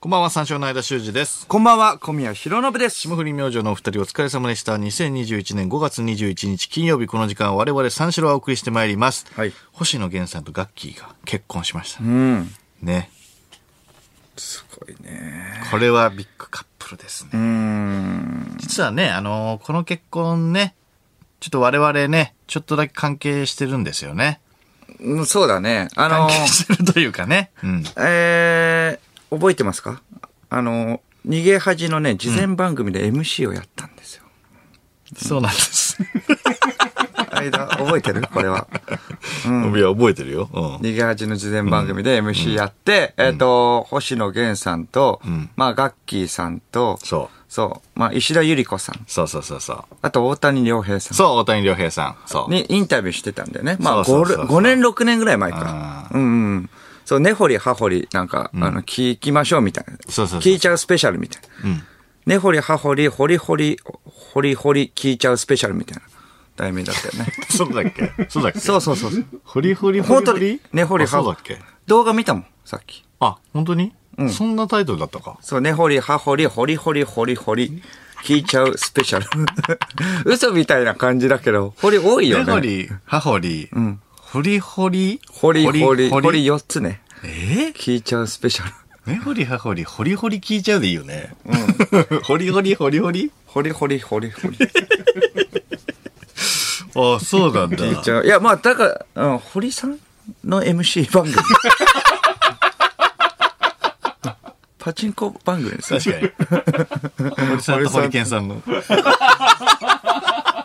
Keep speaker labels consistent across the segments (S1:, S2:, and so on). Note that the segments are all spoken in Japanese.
S1: こんばんは、三章の間修二です。
S2: こんばんは、小宮浩信です。
S1: 霜降り明星のお二人お疲れ様でした。2021年5月21日金曜日この時間我々三四郎をお送りしてまいります。
S2: はい
S1: 星野源さんとガッキーが結婚しました。
S2: うん。
S1: ね。
S2: すごいね。
S1: これはビッグカップルですね。
S2: うん。
S1: 実はね、あのーこの結婚ね、ちょっと我々ね、ちょっとだけ関係してるんですよね。
S2: そうだね。あ
S1: 関
S2: の、
S1: 係してるというかね。うん。
S2: えー、覚えてますかあの、逃げ恥のね、事前番組で MC をやったんですよ。
S1: そうなんです。
S2: 間、覚えてるこれは。
S1: いや、覚えてるよ。うん。
S2: 逃げ恥の事前番組で MC やって、えっ、と、星野源さんと、
S1: ん
S2: まあ、ガッキーさんと、
S1: そう。
S2: そう、まあ、石田ゆり子さん、
S1: そうそうそうそう。
S2: あと大谷亮平さん。
S1: そう、大谷亮平さん。そう。
S2: にインタビューしてたんだよね。まあ、
S1: そうそう
S2: 五
S1: そうそう
S2: 5年、6年ぐらい前か。うんうん。そう、根掘り葉掘り、なんか、あの、聞きましょうみたいな。
S1: そうそうそう
S2: 聞いちゃうスペシャルみたいな。根掘り葉掘り、掘り掘り、掘り掘り、聞いちゃうスペシャルみたいな題名だったよね。
S1: そうだっけ そうだっけ
S2: そうそうそうそう。
S1: ホリホリホ
S2: 本
S1: リ
S2: 当
S1: ホリ
S2: に、根掘り
S1: あ
S2: 葉
S1: そう
S2: 掘
S1: だっ
S2: り
S1: け。
S2: 動画見たもん、さっき。
S1: あ、本当にそんなタイトルだったか。
S2: そう、根掘り葉掘り、掘り掘り、掘り掘り、聞いちゃうスペシャル。 嘘みたいな感じだけど、掘り多いよ
S1: 根
S2: ね。
S1: 掘り、葉掘り、ホリホリ、
S2: 掘り掘り、
S1: ホ
S2: 掘
S1: リホ
S2: り
S1: リ
S2: 4つね。
S1: えー
S2: 聞いちゃうスペシャル。
S1: 根掘り葉掘り、ホリホリ聞いちゃうでいいよね。うん。ホリホリ、ホリホリ
S2: 掘り掘り掘り掘り。
S1: あ、そうなんだ。
S2: 聞いちゃう。いや、まあ、だから、うん、堀さんの MC 番 組。パチンコ番組ですね。
S1: 確かに。堀さんと堀健さんの。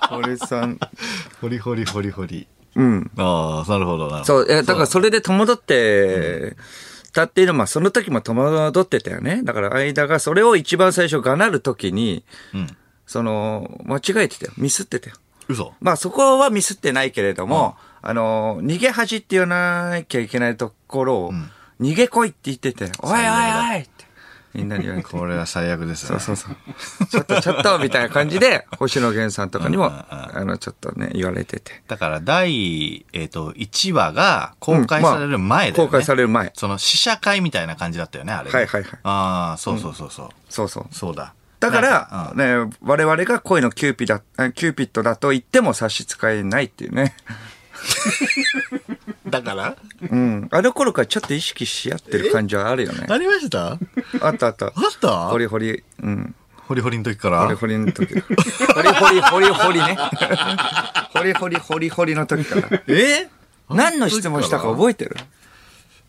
S2: 堀さん。
S1: ホリホリ、ホリホリ。
S2: うん。
S1: ああ、なるほどなるほど。
S2: そう、え、だからそれで戸惑って、たっていうのは、まあ、その時も戸惑ってたよね。だから、間が、それを一番最初がなる時に、
S1: うん。
S2: その、間違えてたよ。ミスってたよ。
S1: 嘘。
S2: まあそこはミスってないけれども、あの、逃げ恥って言わなきゃいけないところを、
S1: ん
S2: 逃げ来いって言ってて、おいおい
S1: 最悪
S2: おいって、みんなに言われて。
S1: これは最悪ですね。
S2: そうそうそう。ちょっとちょっと、みたいな感 じで、星野源さんとかにも、
S1: うんうんうん
S2: あの、ちょっとね、言われてて。
S1: だから第、えっと1話が公開される前だよね、
S2: 公開される前。
S1: その試写会みたいな感じだったよね、あれ。
S2: はいはいはい
S1: ああ、そうそうそうそう。
S2: そうそう。
S1: そうだ。
S2: だか
S1: なん
S2: ら、
S1: かうん
S2: ね、我々が恋のキューピだ、あキューピッドだと言っても差し支えないっていうね。
S1: だから
S2: うん。あの頃からちょっと意識し合ってる感じはあるよね。
S1: ありましたあっ
S2: あったあった。
S1: た
S2: ホリホリ、うん。
S1: ホリホリの時か
S2: ホリ
S1: ら
S2: ホリの時。ホリ ホリホリホリね。 ホリホリホリホリの時から。
S1: え
S2: 何の質問したか覚えてる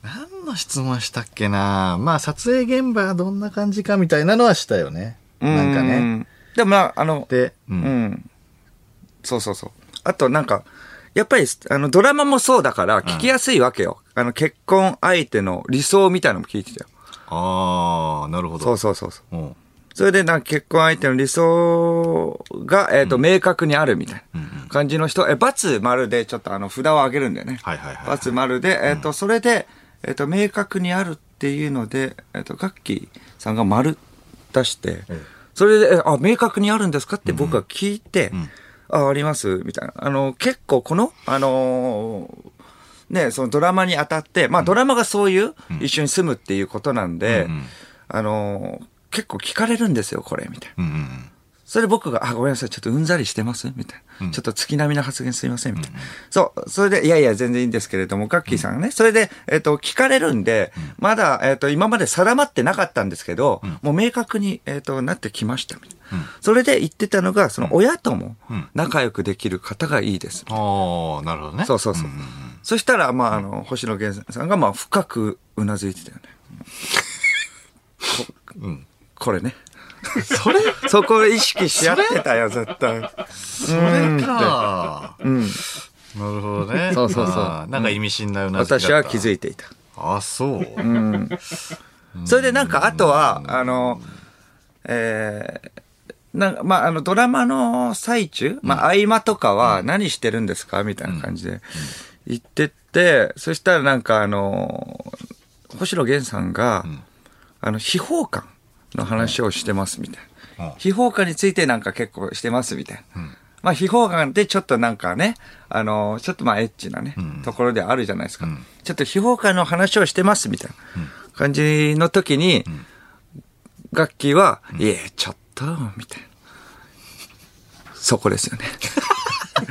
S1: 何の質問したっけなまあ、撮影現場はどんな感じかみたいなのはしたよね。なんか
S2: う
S1: ね。
S2: ん。でもな、あの、
S1: で、う。
S2: うんん。そうそうそう。あとなんか、やっぱり、あの、ドラマもそうだから、聞きやすいわけよ。あの、結婚相手の理想みたいなのも聞いてたよ。
S1: ああ、なるほど。
S2: そうそうそうそう。
S1: うん
S2: それで、なんか結婚相手の理想が、えっ、と、明確にあるみたいな感じの人、え、バツ丸でちょっとあの、札を上げるんだよね。
S1: はいはいはい
S2: バツ丸で、えっ、と、それで、えっ、と、明確にあるっていうので、えっ、と、ガッキーさんが丸出して、それで、えあ、明確にあるんですかって僕は聞いて、あ、あります、みたいな。あの、結構この、あのーね、そのドラマにあたって、まあドラマがそういう、一緒に住むっていうことなんで、
S1: うんうん
S2: あのー結構聞かれるんですよ、これ、みたいな。
S1: うんうん。
S2: それで僕が、あ、ごめんなさい、ちょっとうんざりしてますみたいな。ちょっと月並みの発言すいません、みたいな。そう、それで、いやいや、全然いいんですけれども、ガッキーさんがね、それで、えっ、と、聞かれるんで、まだ、えっ、と、今まで定まってなかったんですけど、もう明確に、えっ、と、なってきました、みたいな。それで言ってたのが、その、親とも仲良くできる方がいいです。
S1: ああ、なるほどね。
S2: そうそうそう。そしたら、まあ、あの、星野源さんが、まあ、深くうなずいてたよね。
S1: うん。
S2: これね。
S1: それ
S2: そこを意識し合ってたよ、絶対。
S1: それか。
S2: うん。
S1: なるほどね。
S2: そうそうそう
S1: あーなんか意味深なような
S2: 私は気づ
S1: い
S2: いていた。
S1: た。あ、そう。
S2: それでなんか、あとは、あの、えーなんか、まあ、あの、ドラマの最中、まあ、合間とかは何してるんですかみたいな感じで言ってって、そしたらなんか、あの、星野源さんが、あの、秘宝館の話をしてます、みたいな。
S1: うん
S2: 秘宝館についてなんか結構してます、みたいな。
S1: ん
S2: まあ、秘宝館ってちょっとなんかね、あの、ちょっとまあ、エッチなね、
S1: ん
S2: ところであるじゃないですか。
S1: ん
S2: ちょっと秘宝館の話をしてます、みたいな感じの時に、楽器は、いえ、ちょっと、みたいな。そこですよね。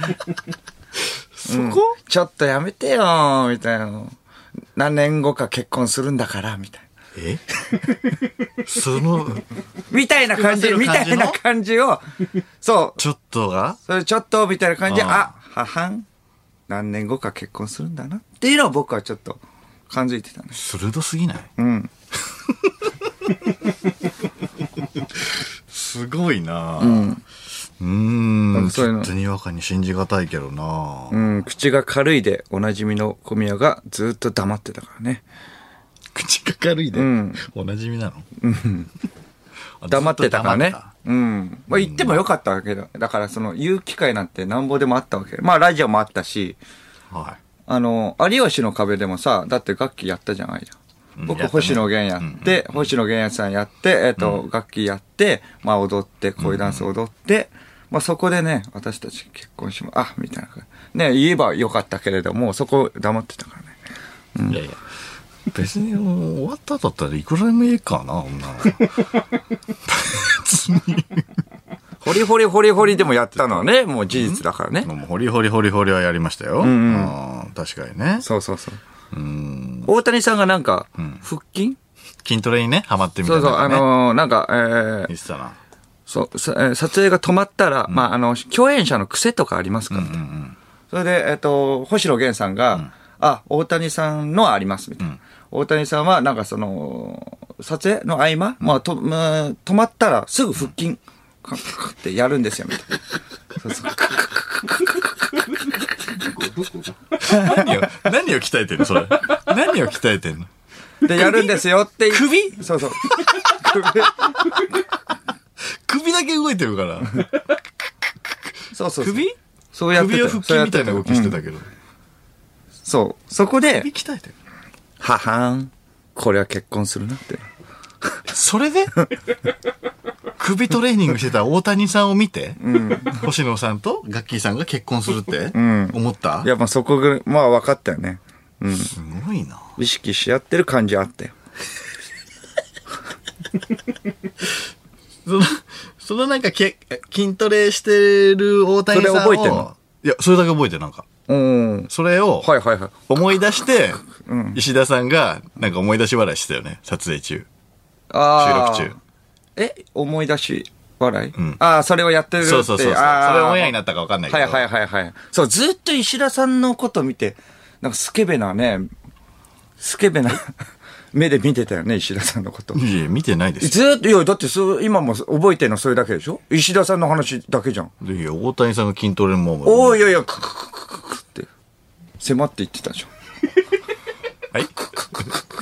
S1: そこ
S2: ちょっとやめてよ、みたいな。何年後か結婚するんだから、みたいな。
S1: えその、
S2: みたいな感じ、
S1: 言
S2: み
S1: わ
S2: た
S1: せる
S2: いな感じを、そう、
S1: ちょっとが
S2: それちょっと、みたいな感じで、
S1: あ
S2: あ、母ん、何年後か結婚するんだな、っていうのを僕はちょっと感じてたんです。
S1: 鋭すぎない
S2: うん。
S1: すごいなぁ。うーん。
S2: そういう
S1: ちょ
S2: の
S1: っとにわかに信じがたいけどなぁ
S2: うん、口が軽いで、おなじみの小宮がずっと黙ってたからね。
S1: 口が軽いで
S2: うん。
S1: おなじみなのあ
S2: 黙ってたから
S1: ずっ
S2: ね
S1: と黙っ。
S2: うん。まあ言ってもよかったわけだ。だからその言う機会なんてなんぼでもあったわけ。まあラジオもあったし、
S1: たは
S2: あの、有吉の壁でもさ、だって楽器やったじゃないじゃ。
S1: うんん
S2: 僕、
S1: やったね
S2: 星野源やって、星野源さんやって、えっ、と、楽器やって、まあ踊って、恋ダンス踊って、まあそこでね、私たち結婚しま、あ、みたいな。ね、言えばよかったけれども、そこ黙ってたからね。
S1: い。いやいや。別にもう終わった後だったらいくらでもいいかな、 女は。
S2: ホリホリホリホリでもやったのはね、もう事実だからね。
S1: もうホリホリホリホリはやりましたよ。うん
S2: うん
S1: ん確かにね。
S2: そうそうそう。
S1: うん。
S2: 大谷さんがなんか、腹筋
S1: 筋トレにね、ハマってみた
S2: そ
S1: いう
S2: そう、
S1: な
S2: あ
S1: ね。
S2: のーなんか、えー
S1: 言ってたな。
S2: そう、さえー撮影が止まったら、まあ、あの、共演者の癖とかありますかみたいな。それで、えっ、と、星野源さんが、あ、大谷さんのはあります、みたいな。大谷さんは、なんかその、撮影の合間、まあ、と、まあ止まったらすぐ腹筋、カッカッってやるんですよ、みたい な。そうそう。
S1: 何を、何を鍛えてんのそれ。何を鍛えてんの
S2: で、やるんですよって。首そうそう。首
S1: 首だけ動いてるから。
S2: そうそうそう。
S1: 首
S2: そうやって
S1: 首
S2: たよ
S1: を腹筋みたいな動きしてたけど。
S2: そう。そこで
S1: 首、鍛えてる。
S2: ははん。これは結婚するなって。
S1: それで首トレーニングしてた大谷さんを見て、星野さんとガッキーさんが結婚するって、
S2: ん
S1: 思った
S2: いや、まあそこぐらい、まあ分かったよね。
S1: すごいな。
S2: 意識し合ってる感じあったよ。
S1: その、そのなんかけ筋トレしてる大谷さんを。
S2: それ覚えてんの
S1: いや、それだけ覚えてるなんか。
S2: うん。
S1: それを
S2: はいはいはい。
S1: 思い出して、石田さんがなんか思い出し笑いしてたよね、撮影中。
S2: あー
S1: 収録中。
S2: え思い出し笑い、
S1: ん
S2: ああ、それをやってるって
S1: そうそうそうそう。そ
S2: あー
S1: れオンエアになったかわかんないけ
S2: は
S1: ど。
S2: いはいはいはい。そう、ずっと石田さんのこと見て、なんかスケベなね、スケベな 目で見てたよね、石田さんのこと。
S1: いやいや見てないですよ
S2: ずーっと、いや、だってそう、今も覚えてるのそれだけでしょ石田さんの話だけじゃん。
S1: いや、大谷さんが筋トレも。
S2: お
S1: は
S2: ーいやいや、クククククククって、迫って言ってたじゃん。
S1: い。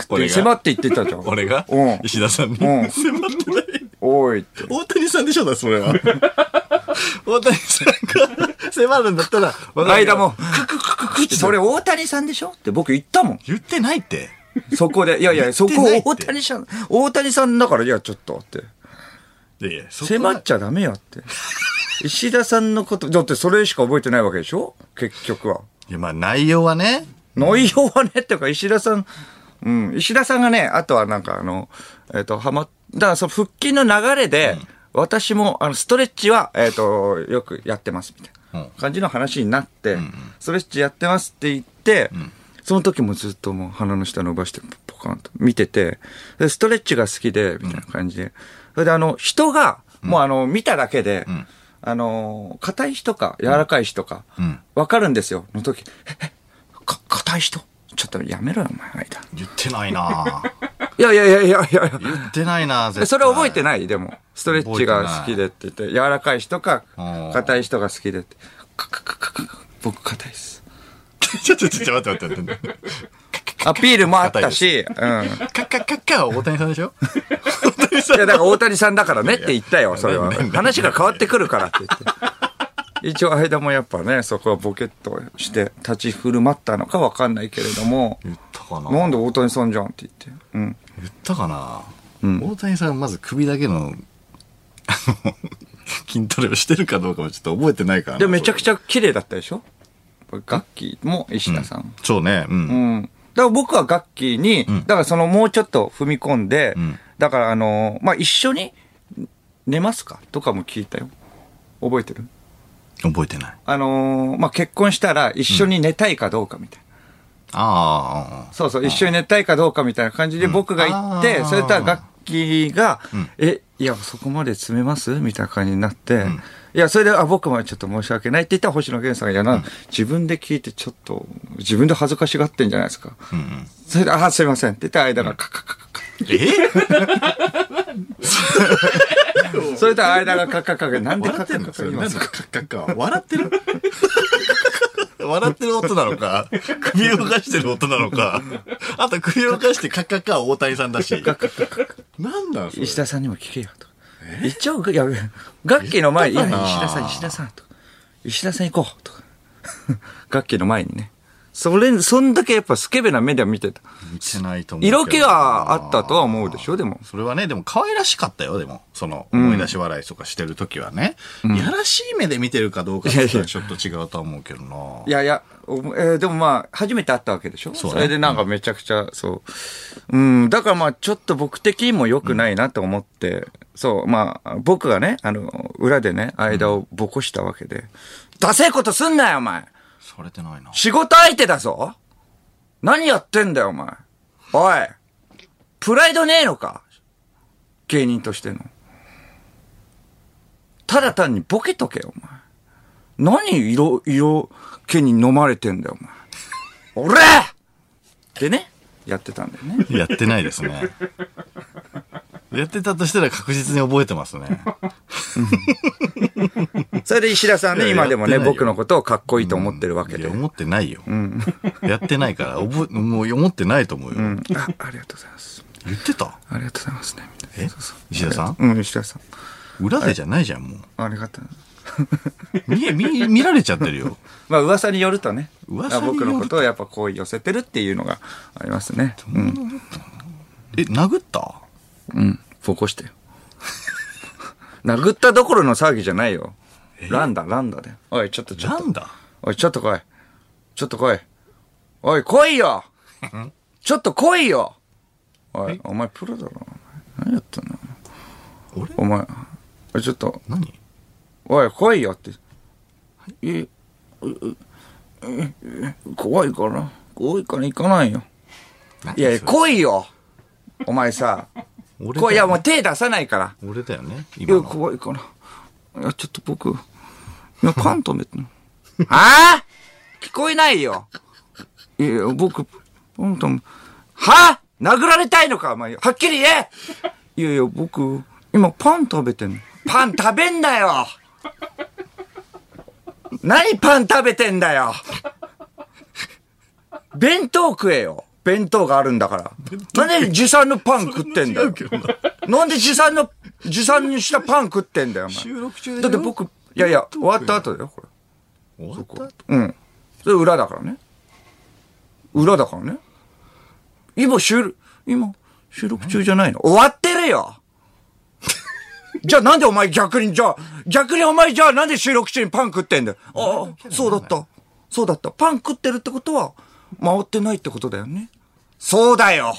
S1: 俺
S2: 迫
S1: が
S2: って言ってたじゃん。
S1: 俺が
S2: うん。
S1: 石田さんに。
S2: うん
S1: 迫ってない。
S2: おいって。
S1: 大谷さんでしょだ、それは。大谷さんが迫るんだったら、
S2: 間も、クククククって、それ大谷さんでしょって僕言ったもん。
S1: 言ってないって。
S2: そこで、いやいや、そこ大谷さん、大谷さんだから、いや、ちょっとって。
S1: いやいや、そこ
S2: 迫っちゃダメよって。石田さんのこと、だってそれしか覚えてないわけでしょ結局は。
S1: いや、まあ内容はね、
S2: 内容はね、っていうか、石田さん、うん、石田さんがね、あとはなんかあの、えっ、と、はまっ、だからその腹筋の流れで、私も、あの、ストレッチは、えっ、と、よくやってます、みたいな
S1: うん
S2: 感じの話になって、ストレッチやってますって言って、その時もずっともう鼻の下伸ばして、ポカンと見てて、で、ストレッチが好きで、みたいな感じで。それであの、人が、もうあの、見ただけで、あの、硬い人か、柔らかい人か、
S1: ん
S2: わかるんですよ、の時、ええか、硬い人ちょっとやめろよ、お前、間。
S1: 言ってないな
S2: いやいやいやいやいや
S1: 言ってないな絶
S2: え
S1: 対
S2: それ覚えてないでも。ストレッチが好きでって言って、柔らかい人か
S1: うん、
S2: 硬い人が好きでって。カカカカカカ僕硬いです。
S1: ちょっと、ちょっと待って待って待って。
S2: アピールもあったし、うん。い
S1: カッカッカッカは大谷さんでしょ大谷さん
S2: や、だから大谷さんだからねって言ったよ、それは。話が変わってくるからって言って。一応、間もやっぱね、そこはボケっとして立ち振る舞ったのかわかんないけれども、
S1: 言ったかな
S2: なんで大谷さんじゃんって言って。うん。
S1: 言ったかな、大谷さん、まず首だけの、あの筋トレをしてるかどうかもちょっと覚えてないからな
S2: で、めちゃく
S1: ゃ。
S2: ちゃ綺麗だったでしょ楽器も石田さん。
S1: そうね、うん。
S2: うん。だから僕は楽器に、だからそのもうちょっと踏み込んで、
S1: ん
S2: だから、あの、まあ、一緒に寝ますかとかも聞いたよ。覚えてる
S1: 覚えてない。
S2: あのーまあ、結婚したら一緒に寝たいかどうかみたいな。
S1: ああ。
S2: そうそう、一緒に寝たいかどうかみたいな感じで僕が行って、
S1: あー
S2: それとは楽器が、え、いや、そこまで詰めますみたいな感じになって、いや、それで、あ、僕もちょっと申し訳ないって言ったら星野源さんが、いやな、自分で聞いてちょっと、自分で恥ずかしがってんじゃないですか。
S1: うんうん
S2: それで、あ、すいませんって言った間がカカカカカ。
S1: え
S2: それで間がカカカカ。なんで
S1: 笑
S2: カ
S1: って
S2: カ
S1: ん
S2: カ
S1: のそ
S2: カ
S1: れ。
S2: 言い
S1: な
S2: ま
S1: ん
S2: す
S1: だ
S2: か
S1: カッカッカ。笑ってる笑ってる音なのか、首を動かしてる音なのか、あと首を動かしてカッカッカは大谷さんだし。なんだそれ
S2: 石田さんにも聞けよと。一応、いや、楽器の前に、い
S1: 言
S2: や、
S1: ったかな
S2: 石田さん、石田さんと。石田さん行こうと。 楽器の前にね。それ、そんだけやっぱスケベな目では見てた。
S1: 見てないと思うけど。
S2: 色気があったとは思うでしょ、でも。
S1: それはね、でも可愛らしかったよ、でも。その、思い出し笑いとかしてるときはね。いやらしい目で見てるかどうかって言ったらちょっと違うとは思うけどな。
S2: いやいや、おえーでもまあ、初めて会ったわけでしょ
S1: そうね
S2: れでなんかめちゃくちゃ、そう。うん、だからまあ、ちょっと僕的にも良くないなと思って、そう、まあ、僕がね、あの、裏でね、間をぼこしたわけで、ダセえことすんなよ、お前
S1: されてないな。
S2: 仕事相手だぞ何やってんだよ、お前。おいプライドねえのか芸人としての。ただ単にボケとけよ、お前。何色、色気に飲まれてんだよ、お前。俺でね、やってたんだよね。
S1: やってないですね。 やってたとしたら確実に覚えてますね。
S2: それで石田さん
S1: い
S2: ね、
S1: や
S2: 今でも
S1: や
S2: ね、
S1: ってないよ
S2: 僕のことをかっこいいと思ってるわけ
S1: い
S2: で。
S1: や、
S2: あ
S1: 思ってないよ。やってないから、覚え、もう思ってないと思うよ。
S2: ありがとうございます。
S1: 言ってた
S2: ありがとうございますね。みたいな
S1: え石田さん
S2: うん、石田さん。
S1: 裏でじゃないじゃん、も
S2: ありがとう。
S1: う。見え、見、見られちゃってるよ。
S2: まあ噂によるとね。
S1: 噂によると
S2: 僕のことをやっぱこう寄せてるっていうのがありますね。うん。
S1: え、殴った
S2: うん。ぼこしてよ。 殴ったどころの騒ぎじゃないよ。ランダ、ランダで。おい、ちょっと、ちょっ
S1: な
S2: と。
S1: んだ
S2: おい、ちょっと来い。ちょっと来い。おい、来いよちょっと来いよおい、お前プロだろ。お前何やってんの
S1: 俺
S2: お前、おいちょっと、
S1: 何
S2: おい、来いよって。え、え、え、え怖いから、怖いから行かないよ。いやいや、来いよお前さ、
S1: 俺
S2: こ
S1: だ
S2: いや、も
S1: よ
S2: う手出さないから。
S1: 俺だよね。
S2: いや、
S1: 今の。
S2: 怖いから。いや、ちょっと僕、いや、缶止めて。 ああ聞こえないよいや、僕、本当はあ殴られたいのかお前、はっきり言えいやいや、僕、今パン食べてんの。パン食べんだよ何パン食べてんだよ弁当食えよ弁当があるんだから。なんで持参のパン食ってんだよ なんで持参の、持参にしたパン食ってんだよ、お前。
S1: 収録中でし
S2: だ
S1: ょ
S2: って僕、いやいや、終わった後だよ、これ。
S1: 終わった後
S2: うん。それ裏だからね。裏だからね。今収録、今、収録中じゃないの終わってる よじゃあなんでお前逆に、じゃあ、逆にお前じゃあなんで収録中にパン食ってんだ よ。ああ、そうだった。そうだった。パン食ってるってことは、回ってないってことだよね。そうだよ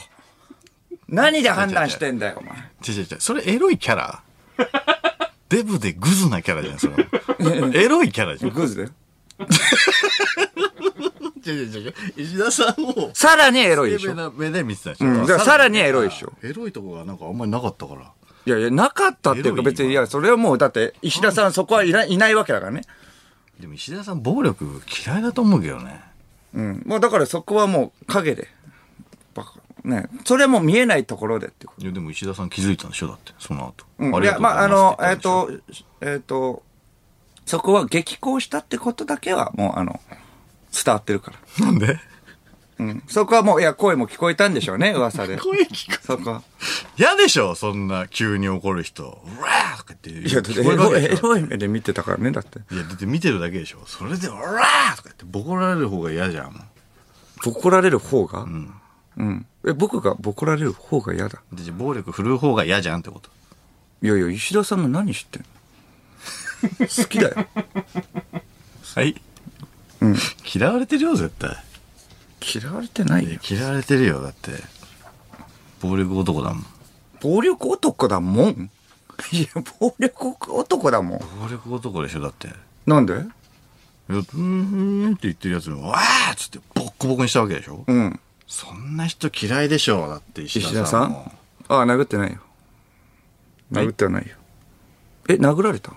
S2: 何で判断してんだよ、お前。
S1: 違う違う違う。それエロいキャ ラデブでグズなキャラじゃん、それ。エロいキャラじゃん。
S2: グズだよ。
S1: 違う違う違う。石田さんを、
S2: さらにエロいで
S1: ス
S2: し
S1: ケ
S2: ょ
S1: ベ。な目で見てたでしょ。
S2: うんだからさらにエロいでしょ。
S1: エロいとこがなんかあんまりなかったから。
S2: いやいや、なかったっていう
S1: エ
S2: か
S1: ロい
S2: 別に、いや、それはもうだって、石田さんそこはいないいないわけだからね。
S1: でも石田さん暴力嫌いだと思うけどね。
S2: うん。まあだからそこはもう影で。バカ。ね。それはもう見えないところでってこ
S1: いやでも石田さん気づいたんでしょだって、その後。
S2: と。うん。
S1: ありがとう
S2: いや、まああ
S1: ご
S2: の、
S1: ざい
S2: えっ、
S1: ます
S2: と、えっ、と、そこは激高したってことだけはもうあの、伝わってるから。
S1: 言ったでしょ。なんで
S2: うん。そこはもう、いや、声も聞こえたんでしょうね、噂で。
S1: 声聞く。
S2: そこは。
S1: 嫌でしょそんな急に怒る人。うわーとかって言う。
S2: いや、だって
S1: 聞
S2: エ
S1: こえるわ
S2: ロ
S1: け
S2: い、
S1: で
S2: エ
S1: しょ
S2: ロい目で見てたからね、だって。
S1: いや、だって見てるだけでしょそれで、うわーとかってボコられる方が嫌じゃん。も
S2: ボコられる方がうん。え、僕がボコられる方が嫌だ。
S1: うでじゃあ暴力振るう方が嫌じゃんってこと。
S2: いやいや、石田さんが何知ってんの好 きだよ。
S1: はい。うん。嫌われてるよ、絶対。
S2: 嫌われてないよ。
S1: 嫌われてるよ、だって。暴力男だもん。
S2: 暴力男だもん。いや、暴力男だもん。
S1: 暴力男でしょ、だって。
S2: なんで
S1: いやうーんって言ってるやつも、わーっつってボッコボコにしたわけでしょ、
S2: うん。
S1: そんな人嫌いでしょだって石
S2: 石
S1: 田
S2: 田
S1: さ
S2: さ
S1: んも。
S2: んああ、殴ってないよ。殴ってはないよ。え、殴られた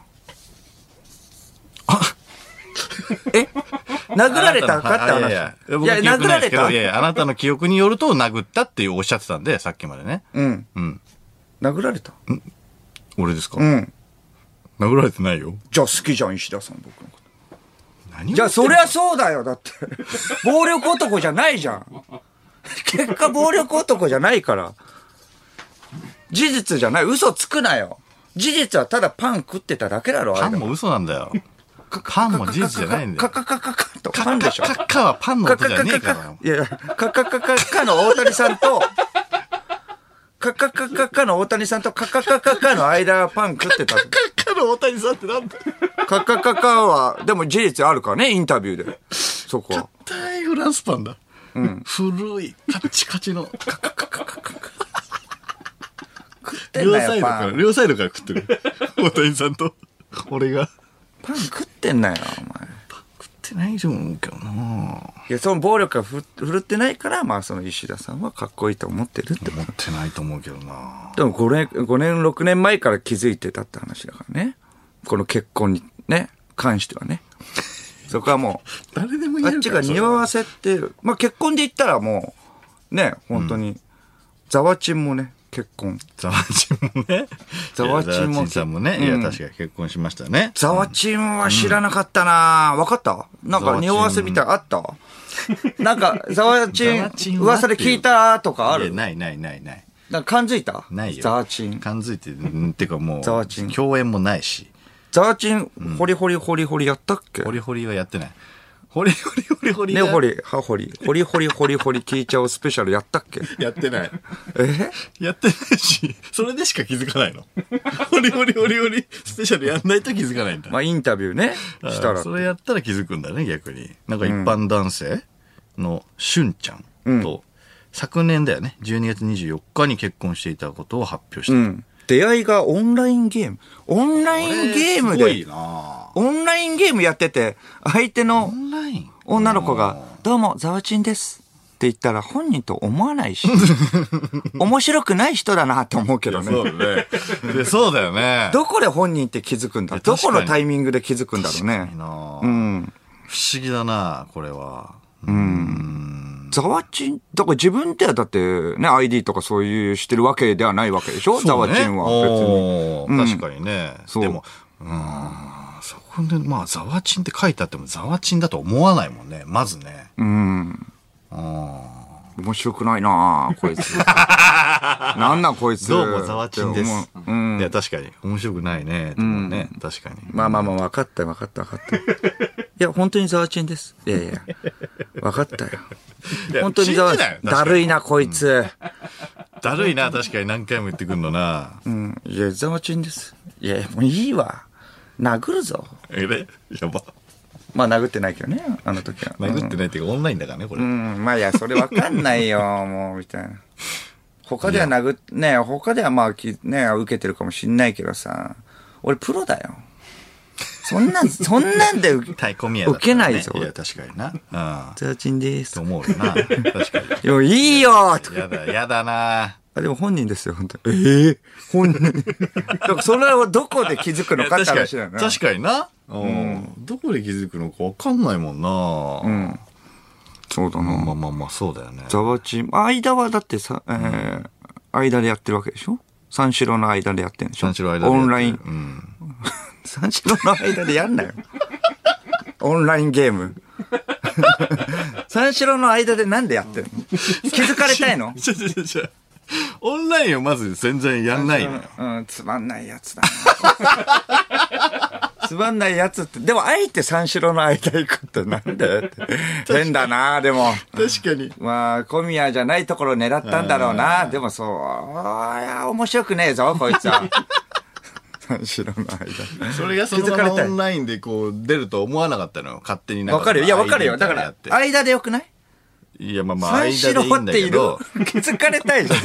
S2: え殴られたかって
S1: あな
S2: 話。い
S1: た
S2: や
S1: のはいいやいや、
S2: 殴られた
S1: いやいや、あなたの記憶によると殴ったっておっしゃってたんで、さっきまでね。
S2: うん。
S1: うん。
S2: 殴られた
S1: 俺ですか、
S2: うん。
S1: 殴られてないよ。
S2: じゃあ好きじゃん、石田さん、僕のこと。
S1: 何を
S2: じゃあそりゃそうだよ、だって。暴力男じゃないじゃん。結果暴力男じゃないから。事実じゃない。嘘つくなよ。事実はただパン食ってただけだろ、
S1: パ
S2: あれ
S1: ンも嘘なんだよ。パンも事実じゃないんだ
S2: カ
S1: よ。
S2: カカカカとパンでしょ。
S1: カッカはパンの
S2: カ
S1: 音
S2: カ
S1: じゃ
S2: カ
S1: ねえ
S2: カ
S1: か
S2: カ
S1: ら。
S2: いやいや、カカカカカの大谷さんと、カカカカカの大谷さんとカカカカカの間パン食ってた。
S1: カッカの大谷さんってなんだ
S2: カカカカは、でも事実あるからね、インタビューで。そこは。
S1: 大フランスパンだ。うん。古い、カチカチの。カカカカカカ
S2: 食ってん
S1: 両
S2: な
S1: サイ
S2: よ、
S1: ドか
S2: パ
S1: ら、
S2: ン。
S1: 両サイドから食ってる。大谷さんと、俺が。
S2: パン食ってんなよ、お前。
S1: 食ってないと思うけどない
S2: や、その暴力がふ振るってないから、まあその石田さんはかっこいいと思ってるって。
S1: 持ってないと思うけどな
S2: でも5年、5年、6年前から気づいてたって話だからね。この結婚にね、関してはね。そこはもう。
S1: 誰でも
S2: あ
S1: 言え
S2: っ
S1: る
S2: ち
S1: か
S2: が
S1: ら
S2: 匂わせってる。まあ、結婚で言ったらもう、ね、本当に、ざわちんもね、結婚。
S1: ザワチンもね
S2: ザワチ
S1: い
S2: ンも
S1: やザワさんもね、いや
S2: うん
S1: 確か結婚しましたね
S2: ざわちんは知らなかったな、わかったなん
S1: ざわち
S2: か
S1: ん
S2: 匂わせみたいなのあったなんか、ざわ
S1: ざわ
S2: ち
S1: ちん
S2: ん、
S1: は
S2: 噂で聞いたとかあ
S1: いや
S2: る
S1: ないないないない
S2: なんか感づいた
S1: ないよ
S2: ざわちん。
S1: 感づいてうんってかも
S2: ザワチン
S1: う共演もないし
S2: ざわちん、ほりほりほりほりやったっけ
S1: ホリホリはやってないホリホリホリホリ
S2: ね
S1: や
S2: ほり、はほり、ほりほりほりほり聞いちゃおうスペシャルやったっけ
S1: やってない
S2: え
S1: やってないしそれでしか気づかないのホリホリホリホリスペシャルやんないと気づかないんだ
S2: まあ、インタビューね、した
S1: あ
S2: ら
S1: ー。それやったら気づくんだね逆になんか一般男性のしゅんちゃんと、昨年だよね12月24日に結婚していたことを発表した、
S2: うん。出会いがオンラインゲーム。オンラインゲーム
S1: これす
S2: で、
S1: ごいな
S2: オンラインゲームやってて、相手の
S1: オンライン
S2: 女の子が、どうも、ザワチンです。って言ったら本人と思 わないし、面白くない人だなって思うけど
S1: そ
S2: ね。
S1: うだね でそうだよね
S2: どこで本人って気づくんだ
S1: 確か
S2: ど
S1: に
S2: このタイミングで気づくんだろう
S1: いい
S2: ね。
S1: なあ
S2: うん。
S1: 不思議だなこれは
S2: ザワチン、だから自分ではだってね、ID とかそういうしてるわけではないわけでしょ、ザワチンは別に。
S1: 別に確かにね、
S2: そう
S1: でもうーんそこでまあザワチンって書いてあってもザワチンだと思わないもんねまずね
S2: うん。
S1: うん
S2: 面白くないなあこい つ。なんなんこいつ。
S1: どうもざわちんです
S2: って思ううん。
S1: いや、確かに。面白くないね。とかね、確かに。
S2: まあまあまあ、分かったよ、分かった、分かった。いや、本当にざわちんです。いやいや、分かったよ。本当にざわちん。だ
S1: だる
S2: るいな、こいつ。
S1: だるいな、確かに何回も言ってくんのな。
S2: うん。いや、ざわちんです。いや、もういいわ。殴るぞ。
S1: えれやば。
S2: まあ、殴ってないけどね、あの時は。
S1: 殴ってないっていうか、オンラインだからね、これ
S2: う。ん、まあいや、それわかんない よ、もう、みたいな。他では殴っ、ね他ではまあ、きね受けてるかもしんないけどさ、俺プロだよ。そん なん、そんなんで受け、
S1: 太鼓宮だった
S2: 受け
S1: らね
S2: ないぞ
S1: いや、確かにな。うん。
S2: ザーチンです
S1: と。思うよな。確かに。
S2: いや、いいよとか
S1: やだ、やだな。
S2: あ、でも本人ですよ、本当に。ええ本 人。だからそれをどこで気づくのかっ
S1: 確
S2: て
S1: か
S2: 話だよ
S1: に。
S2: な。
S1: 確かにな。うん。どこで気づくのかわかんないもんな。
S2: そうだ
S1: ま
S2: な。
S1: あまあまあ、そうだよね。
S2: ザワチン、間はだってさ、えー、間でやってるわけでしょ三四郎の間でやってんでしょ
S1: 三四郎間でやって
S2: オ
S1: る
S2: ンライン
S1: う。ん。
S2: 三四郎の間でやんなよ。オンラインゲーム。三四郎の間でなんでやってんの気づかれたいの
S1: ちょちょちょちょ。オンラインをまず全然やんないのよ。
S2: うん、つまんないやつだな。つまんないやつって、でもあえて三四郎の間行くってなんだよって。変だな、でも。
S1: 確かに。
S2: まあ、小宮じゃないところを狙ったんだろうな。でもそう、いや、面白くねえぞ、こい つは。三四郎の間。
S1: それがその
S2: 気づ
S1: ま
S2: か
S1: ま
S2: れた
S1: オ
S2: い
S1: ンラインでこう出ると思わなかったのよ。勝手になん
S2: わかるよ。いや、わかるよ。だか
S1: や
S2: ら
S1: っ、て
S2: 間でよくない
S1: いや、まあまあ、
S2: 三
S1: 間
S2: 四
S1: でいい
S2: 郎
S1: ん
S2: っ
S1: だけ
S2: ている
S1: ど。
S2: 気づかれたいじゃん。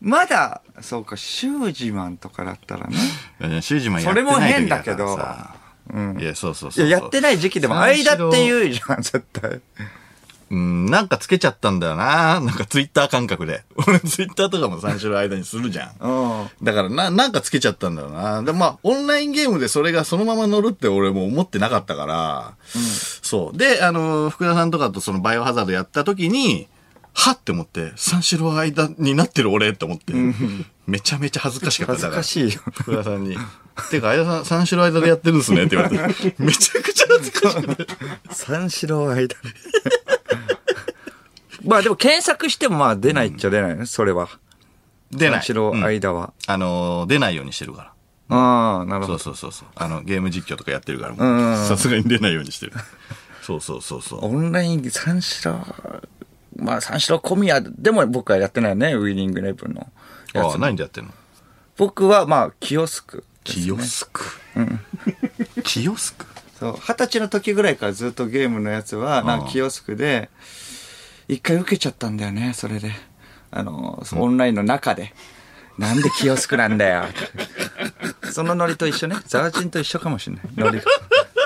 S2: まだ、そうか、シュージマンとかだったらね。
S1: うんシュージマンや
S2: そ
S1: って
S2: れ
S1: ない
S2: も変
S1: 時
S2: だ
S1: だか
S2: け
S1: ら
S2: ど
S1: さ。
S2: うん。
S1: いや、そうそう
S2: い
S1: そう。
S2: や、やってない時期でも、
S1: 三四
S2: 間っ
S1: 郎
S2: て言うじゃん、絶対。
S1: うん、なんかつけちゃったんだよな。なんかツイッター感覚で。俺ツイッターとかも三種の間にするじゃん。
S2: うん。
S1: だからな、なんかつけちゃったんだよな。で、まあ、オンラインゲームでそれがそのまま乗るって俺も思ってなかったから、そう。で、あの、福田さんとかとそのバイオハザードやった時に、はって思って、三四郎間になってる俺って思って、めちゃめちゃ恥ずかしかった
S2: 恥ず
S1: だから。
S2: かしいよ。
S1: 福田さんに。てか、間さん、三四郎間でやってるんですねって言われて、めちゃくちゃ恥ずかしくて。
S2: 三四郎間。 まあでも検索してもまあ出ないっちゃ出ないね、それは。
S1: 出ない。
S2: 三四郎
S1: うん
S2: 間は。
S1: あのー、出ないようにしてるから。
S2: ああ、なるほ
S1: そ
S2: ど
S1: う。そうそうそう。あの、ゲーム実況とかやってるから
S2: ん
S1: もう、さすがに出ないようにしてる。そうそうそうそう。
S2: オンライン、三四郎、まあ三四郎小宮でも僕はやってないよね、ウィニングイレブンのや
S1: あ
S2: つ
S1: あ、。何でやってんの
S2: 僕はまあ、キオスクですね、
S1: キヨスク。キヨスク
S2: そう、二十歳の時ぐらいからずっとゲームのやつは、なんかキオスクで、一回受けちゃったんだよね、それで。あの、そうオンラインの中で。なんでキオスクなんだよ。 そのノリと一緒ね。ザワチンと一緒かもしれない。ノリ。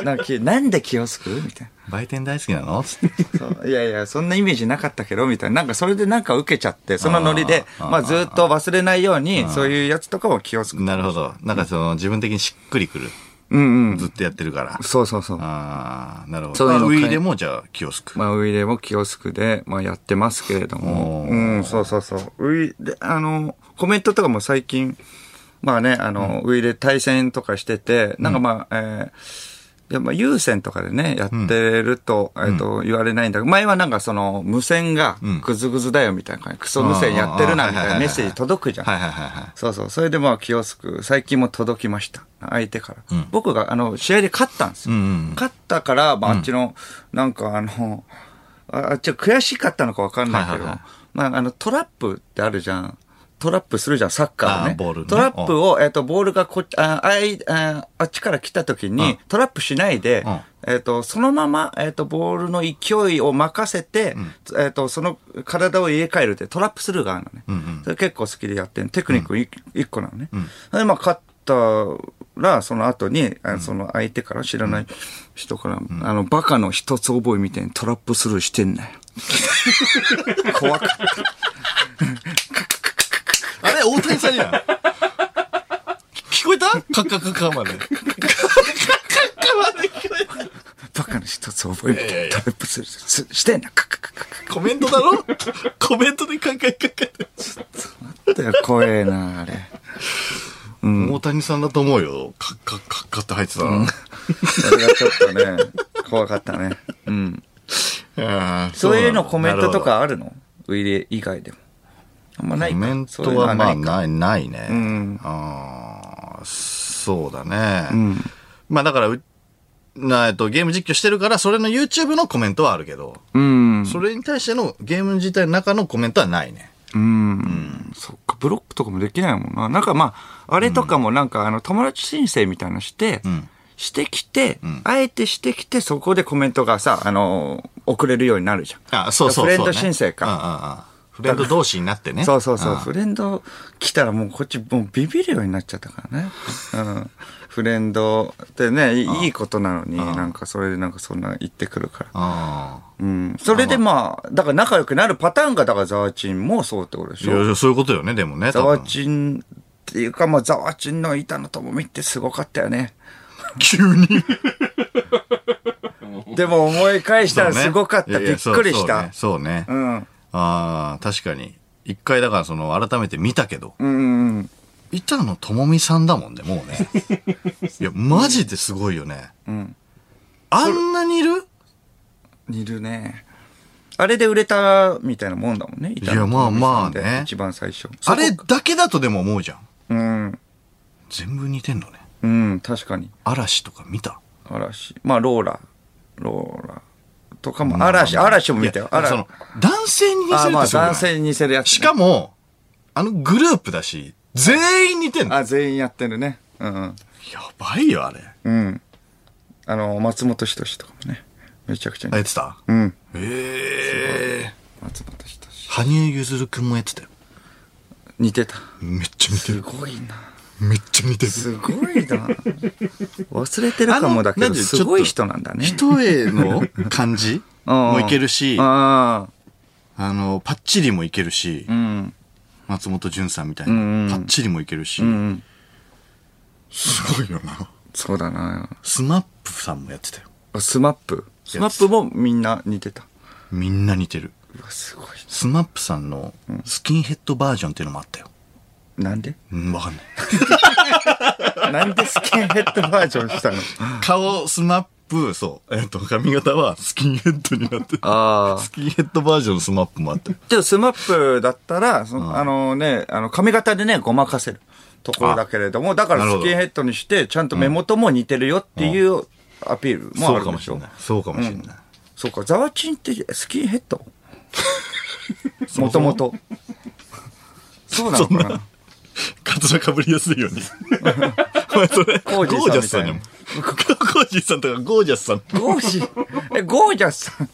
S2: なんかきなんでキオスクみたい
S1: 売店大好きなのつって。
S2: な。そういやいや、そんなイメージなかったけど、みたいな。なんかそれでなんか受けちゃって、そのノリで、
S1: あー
S2: まあずっと忘れないように、そういうやつとかをキオスク。
S1: なるほど。なんかその、自分的にしっくりくる。
S2: うんうん。
S1: ずっとやってるから。
S2: そうそうそう。
S1: ああ、なるほ
S2: そう
S1: ど。
S2: い
S1: あ
S2: うの
S1: ウ
S2: 買い
S1: ィーでもじゃあ、キヨスク。
S2: まあ、ウイレもキオスクで、まあ、やってますけれども。
S1: お
S2: う
S1: ー
S2: ん、そうそうそう。ウイで、あの、コメントとかも最近、まあね、あの、ウイレ対戦とかしてて、なんかまあ、えーいやまあ、有線とかでね、やってると、えっ、と、言われないんだけど、前はなんかその、無線が
S1: ん、
S2: グズグズだよみたいな感じ、クソ無線やってるな、みたいなメッセージ届くじゃん。
S1: はいはいはいはい。
S2: そうそう。それでまあ、キオスク、最近も届きました。相手から。僕が、あの、試合で勝ったんですよ。
S1: うんうん
S2: 勝ったから、まあ、あっちの、なんかあの、ああっちは悔しかったのかわかんない
S1: は
S2: けど、
S1: いはいはい
S2: まあ、あの、トラップってあるじゃん。トラップするじゃん、サッカーをね。
S1: あボールね
S2: トラップを、えっ、と、ボールがこっち、ああいああっちから来た時に、
S1: うん
S2: トラップしないで、
S1: うん
S2: えっ、と、そのまま、えっ、と、ボールの勢いを任せて、えっ、と、その体を入れ替えるって、トラップする側なのね。
S1: うんうん
S2: それ結構好きでやってんテクニックい一個なのね。で、まあ、勝ったら、その後に、あその相手から知らない人から、あの、バカの一つ覚えみたいにトラップスルーしてんなよ。 怖かった。
S1: あれ、大谷さんじゃん。聞こえたカッカカカまで。カッカカまで聞こえた。
S2: バカの一つ覚えみ
S1: いや
S2: たい
S1: い
S2: に
S1: や
S2: トラップスルーすしてんな。カカカカカ
S1: コメントだろコメントでカッカカカって。
S2: カって怖えな、あれ。
S1: 大谷さんだと思うよ。カッカッカッカって入ってたな。
S2: それがちょっとね、怖かったね。うん。
S1: あー
S2: そういうのコメントと。
S1: なる
S2: かあるのウイレ以外でも。あんまない
S1: ほどコ
S2: か
S1: メン
S2: そう
S1: ト
S2: いうの
S1: はまあ
S2: ないか
S1: ない、ないね。
S2: ん
S1: ああ、そうだね。まあだから、うなえっと、ゲーム実況してるから、それの YouTube のコメントはあるけど、
S2: うん。
S1: それに対してのゲーム自体の中のコメントはないね。
S2: うん。そっか、ブロックとかもできないもんな。なんかまあ、あれとかもなんか、あの、友達申請みたいなのして、
S1: ん
S2: してきて、あえてしてきて、そこでコメントがさ、あの、送れるようになるじゃん。
S1: あ、そうそうそう、ね。
S2: フレンド申請か
S1: うんうんうん。フレンド同士になってね。
S2: そうそうそう。
S1: ん
S2: フレンド来たらもうこっちもうビビるようになっちゃったからね。うん。フレンドってね、いいいことなのに、なんかそれでなんかそんな言ってくるから。
S1: ああ。
S2: うん。それでまあ、だから仲良くなるパターンが、だからザワチンもそうってことでし
S1: い
S2: ょ
S1: やいやそういうことよね、でもね。
S2: ザワ
S1: 多分
S2: チンっていうか、まあ、ザワチンの板野友美ってすごかったよね。
S1: 急に。
S2: でも思い返したらすごかった。
S1: そうね
S2: びっくりし
S1: いやい
S2: た
S1: や。そうそうね。そう
S2: う
S1: ね
S2: ん。
S1: ああ、確かに。一回だからその、改めて見たけど、
S2: うんうん
S1: 板野友美さんだもんね、もうね。 いや、マジですごいよね。
S2: うん。
S1: あんなにいる
S2: うん。いるね。あれで売れたみたいなもんだもんね。板野友美さんで
S1: いやまあまあね
S2: 一番最初。
S1: あれ
S2: そこ
S1: だけだとでも思うじゃん。
S2: うん。
S1: 全部似てんのね。
S2: うん、確かに。
S1: 嵐とか見た
S2: 嵐。まあ、ローラ。ローラ。とかも、嵐、嵐も見たよ。
S1: いや
S2: 嵐。
S1: その、男性に似
S2: あ
S1: せ
S2: ー
S1: る
S2: ま
S1: っ
S2: あ、
S1: てすごいよね
S2: 男性に似せるやつ、ね。
S1: しかも、あのグループだし、全員似てんの。や
S2: あ、全員やってるね。うんうん。
S1: ばいよ、あれ。
S2: うん。あの、松本人志とかもね。めちゃくちゃ
S1: あ、
S2: に。
S1: やってた
S2: うん。
S1: ええ
S2: 松本人志。
S1: 羽生結弦くんもやってたよ。
S2: 似てた。
S1: めっちゃ似て
S2: す
S1: る。
S2: ごいな。
S1: めっちゃ似てる。
S2: すご いな。忘れてるかもだけ
S1: あのなん
S2: ど、
S1: です
S2: ごい人なんだね。
S1: 一重の感じ
S2: うん
S1: もいけるし、あ
S2: あ
S1: の、パッチリもいけるし
S2: あ。う、ん。
S1: 松本潤さんみたいな、
S2: うんうん
S1: パッチリもいけるし、
S2: うん。
S1: すごいよな。
S2: そうだな。
S1: スマップさんもやってたよ。
S2: スマップ。スマップもみんな似てた。
S1: みんな似てる。
S2: うわ、すごい。
S1: スマップさんのスキンヘッドバージョンっていうのもあったよ。
S2: なんで
S1: うん、わかんない。
S2: なんでスキンヘッドバージョンしたの
S1: 顔、スマップ、そう。えっと、髪型はスキンヘッドになってる
S2: ああ
S1: スキンヘッドバージョンのスマップもあったよ。
S2: でもスマップだったら、そのあのね、あの髪型でね、ごまかせるところだけれども、だから
S1: なるほ
S2: ス
S1: ど
S2: キンヘッドにして、ちゃんと目元も似てるよっていうアピールもあ
S1: そう
S2: る
S1: か
S2: ん
S1: も
S2: でし
S1: し
S2: ょ。
S1: れない。そうかもしれない。
S2: そうか、ザワチンってスキンヘッドもともと。 そうなのか
S1: そん
S2: な
S1: なカツラかぶりやすい ように。お前それ、
S2: コ
S1: ゴ
S2: ージ
S1: ージャ
S2: ー
S1: スさ
S2: さ
S1: ん
S2: ん
S1: で
S2: みたいな
S1: も。ゴージーさんとかゴージャスさん。
S2: ゴージー、え、ゴージャスさん。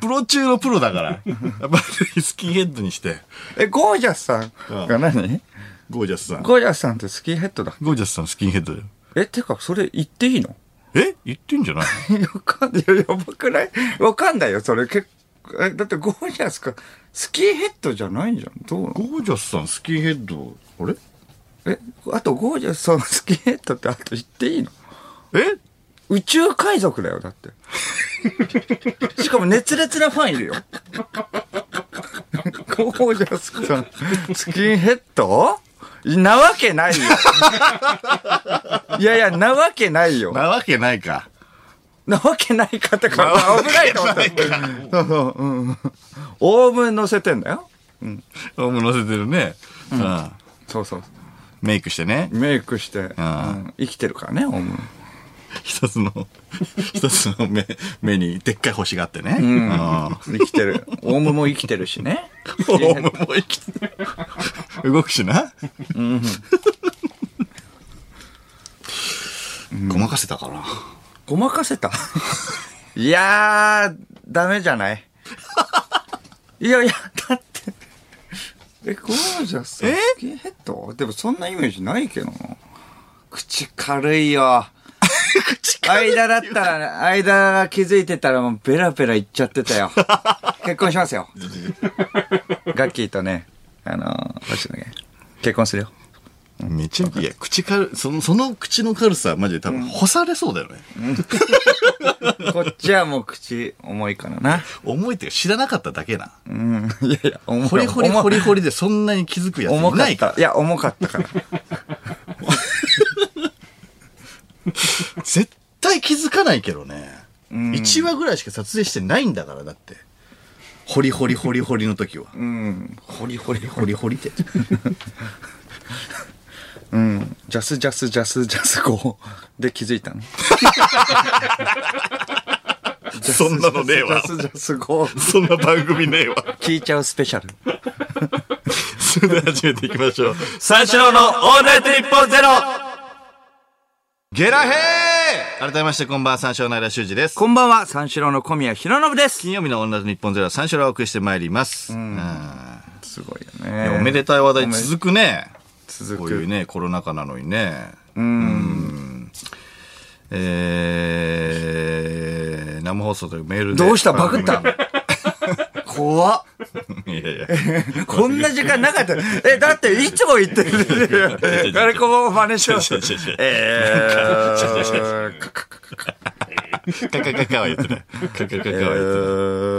S1: プロ中のプロだから。やっぱりスキンヘッドにして、
S2: え、ゴージャスさんが何、
S1: ゴージャスさん。
S2: ゴージャスさんってスキンヘッドだ。
S1: ゴージャスさんスキンヘッドだよ。
S2: え、てか、それ言っていいの
S1: え言ってんじゃない
S2: わかんない。やばくないわかんないよ、それ。結構え、だってゴージャスか、スキンヘッドじゃないじゃん。どうなの
S1: ゴージャスさんスキンヘッド、あれ
S2: え、あとゴージャスさんスキンヘッドってあと言っていいの
S1: え
S2: 宇宙海賊だよ、だって。しかも熱烈なファンい るよ。ゴージャスさん、スキンヘッドなわけないよ。いやいや、なわけないよ。
S1: なわけないか。
S2: なわけないかってか、危ないと思った。そうそううんオーブン乗せてんだよ。
S1: オウム乗せてるね。うん。
S2: そうそう。
S1: メイクしてね。
S2: メイクして、
S1: あ
S2: うん生きてるからね、オーブン。
S1: 一つの、一つの目、目にでっかい星があってね。う
S2: うん
S1: ん。
S2: 生きてる。オウムも生きてるしね。
S1: オウムも生きてる。動くしな。うん。 ごまかせたかな。
S2: ごまかせた いやー、ダメじゃない いやいや、だって。え、ゴージャスさん
S1: え
S2: スキンヘッドでもそんなイメージないけどな。口軽い よ。間だったら、間が気づいてたらもうベラベラ言っちゃってた よ。結婚しますよ。ガッキーとね、あのー、どうしたっけ結婚す るよ。
S1: めちゃいや、口軽い、その、その口の軽さ、マジで多分、干されそうだよね。
S2: こっちはもう口重いからな。
S1: 重いっていうか知らなかっただけな。
S2: うん。いやいや、重い。
S1: 掘り掘り
S2: 重い
S1: 掘り掘りでそんなに気づくやつ
S2: 重
S1: い
S2: か
S1: な
S2: っ
S1: いか
S2: た。いや、重かったから。
S1: ら。絶対気づかないけどね。1話ぐらいしか撮影してないんだから、だって。掘り掘り掘り掘りの時は。
S2: うん。
S1: 掘り掘り掘り掘りっ て。
S2: うん。ジャスジャスジャスジャス語で気づいたの。
S1: そんなのねえわ
S2: ジ。ャスジャス語
S1: そんな番組 ねえわ。
S2: 聞いちゃうスペシャル。
S1: それでは始めていきましょう。
S2: 三四郎のオールナイト日本ゼロ
S1: ゲラヘー改めまして、こんばんは、三章の間修二です。
S2: こんばんは、三四郎の小宮弘信です。
S1: 金曜日の女と日本ゼロは三章をお送りしてまいります。うん
S2: すごいよ
S1: い
S2: ね
S1: やおめでたい話題続くね。
S2: 続
S1: こういう
S2: く。
S1: ね、コロナ禍なのにね。
S2: うん。
S1: えー、生放送というメールで。
S2: どうしたバグった
S1: 番
S2: 怖っ。
S1: 組いやいや。
S2: こんな時間なかった。え、だっていつも言ってる。誰かも真似しよう。えー、カカカカカ
S1: カカカカは言ってない。カカカカは言って
S2: え
S1: ない。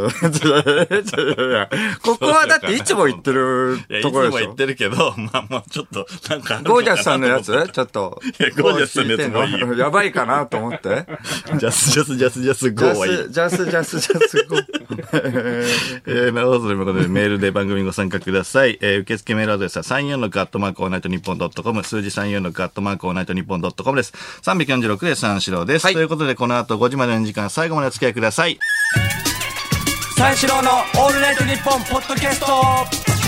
S2: ー ここはだっていつも言ってる
S1: いや、いつ
S2: とこ
S1: も
S2: ろでし
S1: 言っ
S2: ょ。
S1: てるけど、まあまあ、ちょっと、なんかあるのかなと思って。
S2: ゴージャスさんのやつ ちょっと。
S1: いやゴージャスさんのやつもいいよ
S2: こう聞てんのやばいかなと思って。
S1: ジャスジャスジャスジャ スゴ
S2: ジ
S1: ー
S2: ャ
S1: はいい
S2: ス、。ジャス、ジャス、ジャス、ゴー。
S1: えー、なるほどという ことで、メールで番組にご参加ください。えー、受付メールアドレスは34のカットマークオールナイトニッポンドットコム、数字34のカットマークオールナイトニッポンドットコムです。346で三四郎です。
S2: はい
S1: ということで、この後5時までの時間、最後までお付き合いください。
S2: 三四郎のオールナイトニッポンポッドキャスト